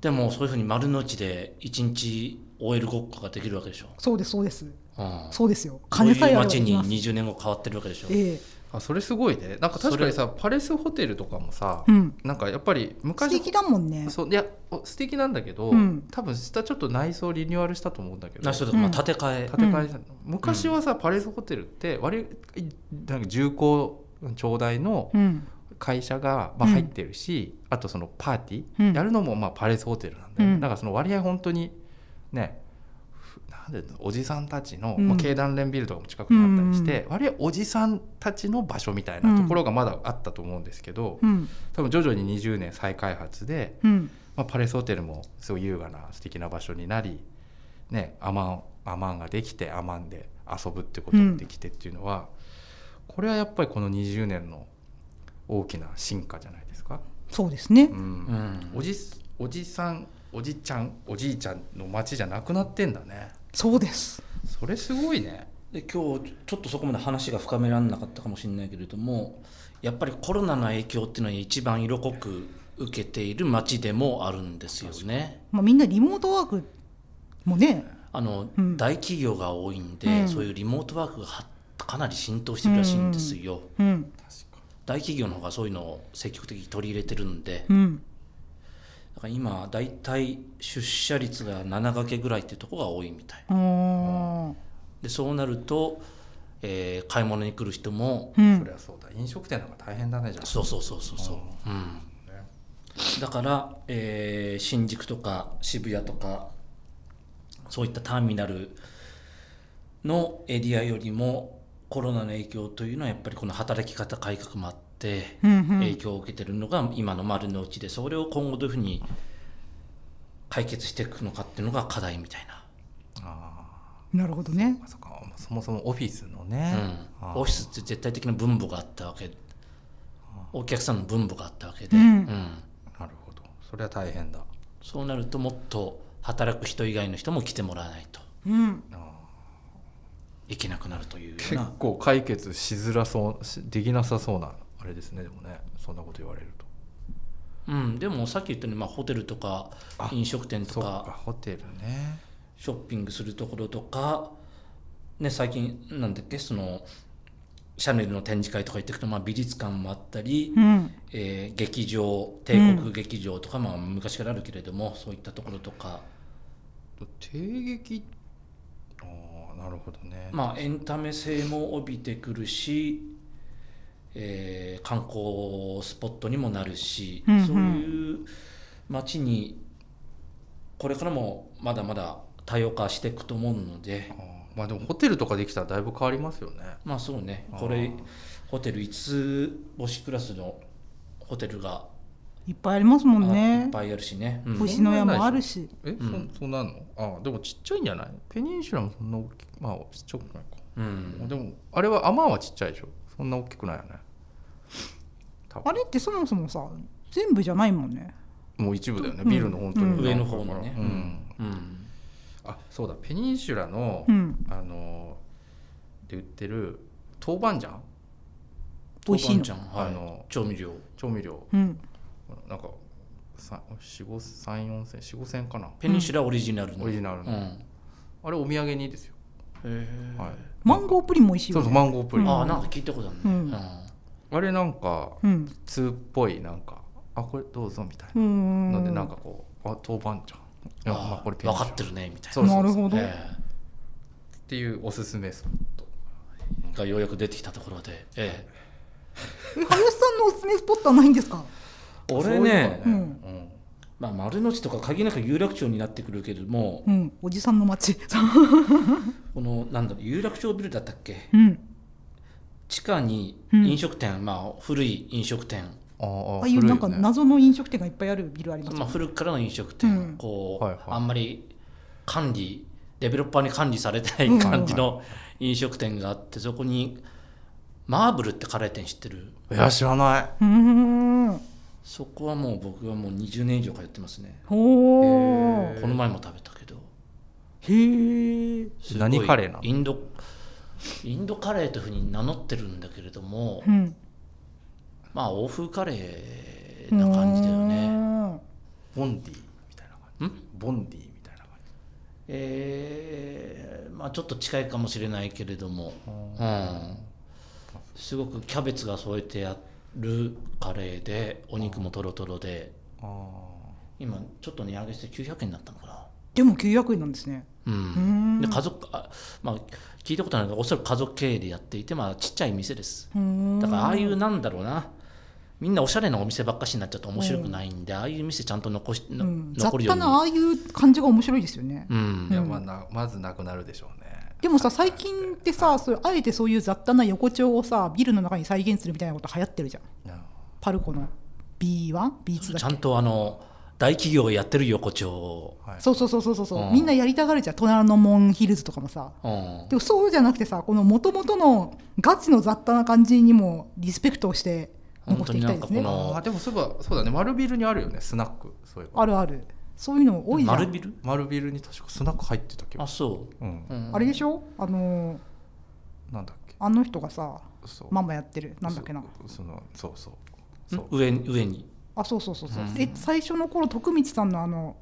A: でもそういうふうに丸の内で一日 OL ごっこができるわけでしょ、
C: そうですそうです
A: うん、
C: そうですよ
A: こう
C: 金さ
A: い
C: え
A: う
C: あれば
A: 街
C: でき
A: に
C: ます
A: 20年後変わってるわけでしょ、
C: ええ
B: あそれすごいねなんか確かにさパレスホテルとかもさ、
C: うん
B: なんかやっぱり
C: 素
B: 昔
C: 敵だもんね
B: そういやお素敵なんだけど、
C: うん
B: 多分下ちょっと内装リニューアルしたと思うんだけど
A: な人とか、まあ、
C: うん
A: 建て替え、
B: 建て替えたの昔はさ、パレスホテルって割りなんか重工長大の
C: うん
B: 会社がまあ
C: うん
B: 入ってるし、あとそのパーティ
C: うん
B: ーやるのもまあパレスホテルなんで、
C: うん
B: だからその割合本当にねふなんでおじさんたちの、
C: うん
B: まあ、経団連ビルとかも近くにあったりして、割合おじさんたちの場所みたいなところがまだあったと思うんですけど、
C: うん
B: 多分徐々に20年再開発で
C: うん
B: まあ、パレスホテルもすごい優雅な素敵な場所になり、ね、アマンアマンができてアマンで遊ぶってこともできてっていうのは、これはやっぱりこの20年の大きな進化じゃないですか。
C: そうですね
B: う
A: う
B: ん
A: ん
B: おじおじさんおじちゃんおじいちゃんの街じゃなくなってんだね
C: そうです
B: それすごいね
A: で今日ちょっとそこまで話が深められなかったかもしれないけれどもやっぱりコロナの影響っていうのは一番色濃く受けている街でもあるんですよね。
C: まあみんなリモートワークもね
A: あの
C: うん
A: 大企業が多いんで、
C: うん
A: そういうリモートワークがはかなり浸透してるらしいんですよ、
C: うん
A: 大企業の方がそういうのを積極的に取り入れてるんで、
C: うん
A: だから今大体出社率が7掛けぐらいっていうところが多いみたい
C: あー
A: でそうなると、えー買い物に来る人も
C: う
B: そ
C: ん
B: りゃそうだ飲食店なんか大変だねじゃあ
A: そうそうそうそうそう、うん、
B: ね
A: だから、えー新宿とか渋谷とかそういったターミナルのエリアよりもコロナの影響というのはやっぱりこの働き方改革もあって
C: うんうん
A: 影響を受けてるのが今の丸の内でそれを今後どういうふうに解決していくのかっていうのが課題みたいな、
B: あ
C: なるほどね
B: ーそっかそもそもオフィスのね、
A: うん
B: あー
A: オフィスって絶対的な分母があったわけお客さんの分母があったわけで、
C: うん
A: うん
B: なるほどそれは大変だ
A: そうなるともっと働く人以外の人も来てもらわないと
C: うん
B: あー
A: いけなくなるというよう
B: 結
A: な
B: 構解決しづらそうしできなさそうなあれですねでもねそんなこと言われると
A: うん、でもさっき言ったように、まあ、ホテルとか
B: あ
A: 飲食店
B: そ
A: と
B: っ
A: か
B: かホテルね
A: ショッピングするところとか、ね、最近なんだっけそのシャネルの展示会とか行ってくと、まあ、美術館もあったり、
C: うん
A: えー劇場帝国劇場とか、まあ、昔からあるけれどもそういったところとか、
D: 定劇ああなるほどね、
A: まあ、エンタメ性も帯びてくるし、えー観光スポットにもなるし、
C: うんうん
A: そういう街にこれからもまだまだ多様化していくと思うので
D: あー、
B: まあでもホテルとかできたらだいぶ変わりますよね
A: まあそうね
D: あー
A: これホテル5つ星クラスのホテルが、
C: いっぱいありますもん
A: あいっ
C: ね
A: ぱいあるしね。うん
C: 星の山もあるし
B: え、
A: ん
B: そそうなのあでもちっちゃいんじゃないペニンシュラもそんな大きくまあちっちゃくないか、
A: うん
B: でもあれはアマンはちっちゃいでしょそんな大きくないよね多
C: あ
B: 分
C: れってそもそもさ全部じゃないもんね
B: もう一部だよねビルの本当に、
C: うん
A: 上の方のね
B: うん
A: うん
B: あそうだペニンシュラの、
C: うん
B: あのーで売ってる豆板醤、
C: 美味しい
A: 豆
C: の
A: 板醤はい
B: あの
A: 調味料
B: 調味料
C: うん
B: なんか34,000 4,5千かな
A: ペニンシュラオリジナルの、
B: オリジナルの
A: うん
B: あれお土産にいいですよ、
A: へー
B: はい、
C: マンゴープリンも美味しい
B: そう
C: よ
B: そう
C: ね
B: マンゴープリン、
A: ああなんか聞いたことあるね、
C: うん
B: あれなんか
C: うん
B: 通っぽいなんかあこれどうぞみたいう
C: ー
B: なんのでなんかこうあ豆板醤いや
A: あ
B: まあ
A: ー
B: これペニ
A: 分
B: ン
A: か
B: シュラ
A: ってるねみたいな
B: そうそうそう
C: なるほど
A: え
B: っていうおすすめスポット
A: えがようやく出てきたところで、え
C: え林さんのおすすめスポットはないんですか
A: え、
B: そうい
A: 俺
B: うの
A: ね、
C: うん
B: うん
A: まあ、丸の内とか鍵なんか有楽町になってくるけれども、
C: うんおじさんの街
A: このなんだろう有楽町ビルだったっけ
C: うん
A: 地下に
C: うん
A: 飲食店、まあ、古い飲食店、
B: ああ
C: ああいうなんか
B: 古いね
C: 謎の飲食店がいっぱいあるビルあります
A: まあ、
C: よね
A: 古くからの飲食店、
C: うん
A: こう、
B: はいはい
A: あんまり管理デベロッパーに管理されてな
C: う
A: い
C: ん
A: 感じの飲食店があってそこにマーブルってカレー店知ってる
B: いや知らな
C: うーん
A: そこはもう僕はもう20年以上通ってますね
C: ほ
B: へ
C: う
A: この前も食べたけど
C: へえ
A: すごい
B: 何カレーなの
A: インドインドカレーというふうに名乗ってるんだけれども、
C: うん
A: まあ欧風カレーな感じだよね
C: ね
B: いボンディみたいな感じボンディみたいな感
A: えーまあちょっと近いかもしれないけれども、う
B: じ
A: ん、すごくキャベツが添えてあるカレーでお肉もとろとろで
B: あ
A: 今ちょっと値上げして900円になったのかな
C: でも900円なんですね
A: う
C: うー
A: ん
C: ん
A: で家族あまあ聞いたことないけどおそらく家族経営でやっていてまあちっちゃい店です
C: うーん
A: だからああいうなんだろうなみんなおしゃれなお店ばっかしになっちゃうと面白くないんで、ああいう店ちゃんと残し、
C: う
A: なん
C: 雑
A: 残るよ
C: 多
A: うに
C: なああいう感じが面白いですよね
A: うん
B: あいや
C: うん
B: まあなまずなくなるでしょうね
C: でもさ最近ってさそうあえてそういう雑多な横丁をさビルの中に再現するみたいなこと流行ってるじゃんパルコの B1B2 だ
A: ち
C: っ
A: ゃんとあの大企業やってる横丁、
B: はい
C: けそうそうそうそうそう、
A: うん
C: みんなやりたがるじゃん隣のモンヒルズとかもさ
A: うん
C: で、もそうじゃなくてさこの元々のガチの雑多な感じにもリスペクトをして残していきたいですね
A: 本当になんかこ
B: あーでもそういえばそうだね丸ビルにあるよねスナックそういえば
C: あるあるそういうの多いじゃん
A: 丸ビル
B: 丸ビルに確かスナック入ってたけど
A: あそうう、
B: ん
A: うん
C: あれでしょあのー
B: なんだっけ
C: あの人がさ
B: そう
C: ママやってるなんだっけな
B: そそのそうそうそう
A: 上に上に
C: あそうそうそうそう、
A: うん
C: え最初の頃徳光さんのあの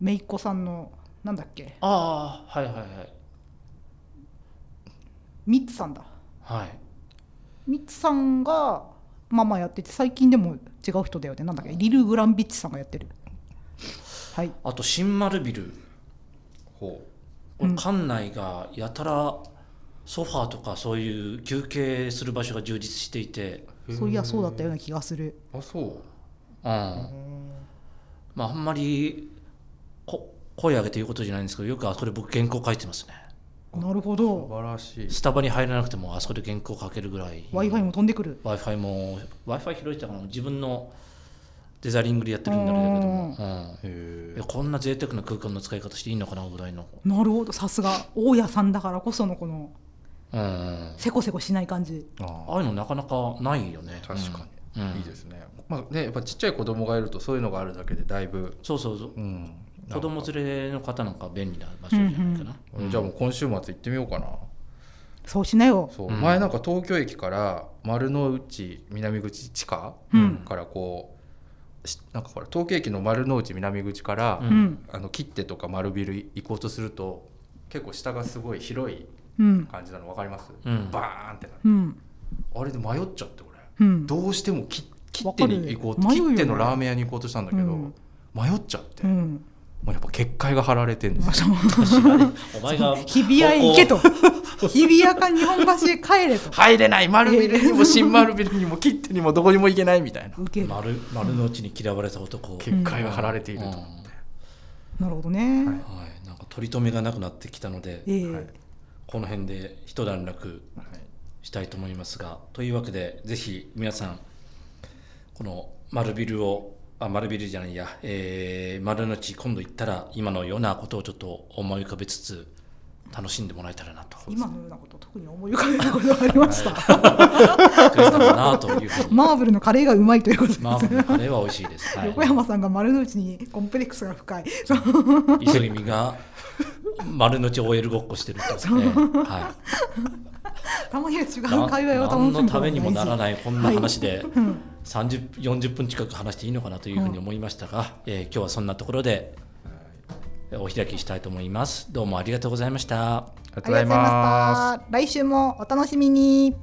C: 姪っ子さんのなんだっけ
A: ああはいはいはい
C: ミッツさんだ
A: はい
C: ミッツさんがママやってて最近でも違う人だよねなんだっけリル・グランビッチさんがやってるはい
A: あと新丸ビル
B: ほ
A: こ
C: う
A: れ
C: ん
A: 館内がやたらソファーとかそういう休憩する場所が充実していて、
B: う
C: そういやそうだったよう
B: ね
C: な気がする
B: あそう
A: うんまああんまりこ声上げて言うことじゃないんですけどよくあそこで僕原稿書いてますね
C: なる
B: 素
C: ほど
B: 晴らしい
A: スタバに入らなくてもあそこで原稿書けるぐらい
C: w i f i も飛んでくる
A: w i f i も w i f i 拾えてたかな自分のデザリングでやってるんだろうけども、うん
B: へ
A: いやこんな贅沢な空間の使い方していいのかなぐらいの、
C: なるほどさすが大家さんだからこそのこの
A: うんうん
C: せこせこしない感じ
A: ああいうのなかなかないよね
B: 確か
A: うん
B: にいいですねまあねやっぱちっちゃい子供がいるとそういうのがあるだけでだいぶ
A: そうそうそう
B: うん
A: 子供連れの方なんか便利な場所じゃないかな、
B: なんかじゃあもう今週末行ってみようかな
C: そうしなよ
B: そう
A: うん
B: 前なんか東京駅から丸の内南口地下
C: うん
B: からこうしなんかほら東京駅の丸の内南口から
A: う
C: うんん
B: あの切手とか丸ビル行こうとすると結構下がすごい広い
C: うん
B: 感じなの分かります、
A: うん
B: バーンってなる
C: うん
B: あれで迷っちゃって俺
C: うん
B: どうしても切切っ
C: わ
B: て
C: かる
B: に行こうと
C: 迷うよ
B: 切
C: ね
B: ってのラーメン屋に行こうとしたんだけど、
C: うん
B: 迷っちゃって、
C: う
B: も
C: ん
B: うやっぱ結界が張られてるんですよ
C: そう
A: お前が
C: 日比谷へ行けと日比谷か日本橋へ帰れと
B: 入れない丸ビルにも新丸ビルにも切ってにもどこにも行けないみたいな
C: 受ける
A: 丸丸の内に嫌われた男
B: 結界が張られていると思って、
C: なるほどね、
B: はい
A: はい、なんか取り留めがなくなってきたので
C: ええ
B: はい
A: この辺で一段落
B: はい
A: したいと思いますがというわけでぜひ皆さんこの丸ビルをあ丸ビルじゃないや、えー丸の内今度行ったら今のようなことをちょっと思い浮かべつつ楽しんでもらえたらなと
C: 今のようなこと特に思い浮かべたことがありました
A: 作れたらなというふうに
C: マーブルのカレーがうまいということです、
A: マーブルのカレーは美味しいです、はい
C: 横山さんが丸の内にコンプレックスが深いそう
A: 磯君が丸の内 OL ごっこしてるとですね、は
C: たまには違う
A: い、な
C: 会話を楽し
A: 何
C: む
A: のためにもなら
C: い
A: ないこんな話で
C: うん
A: 30 40分近く話していいのかなというふうに思いましたが、えー今日はそんなところでお開きしたいと思います。どうもありがとうございました。
D: ありが
C: ありがとうございました来週もお楽しみに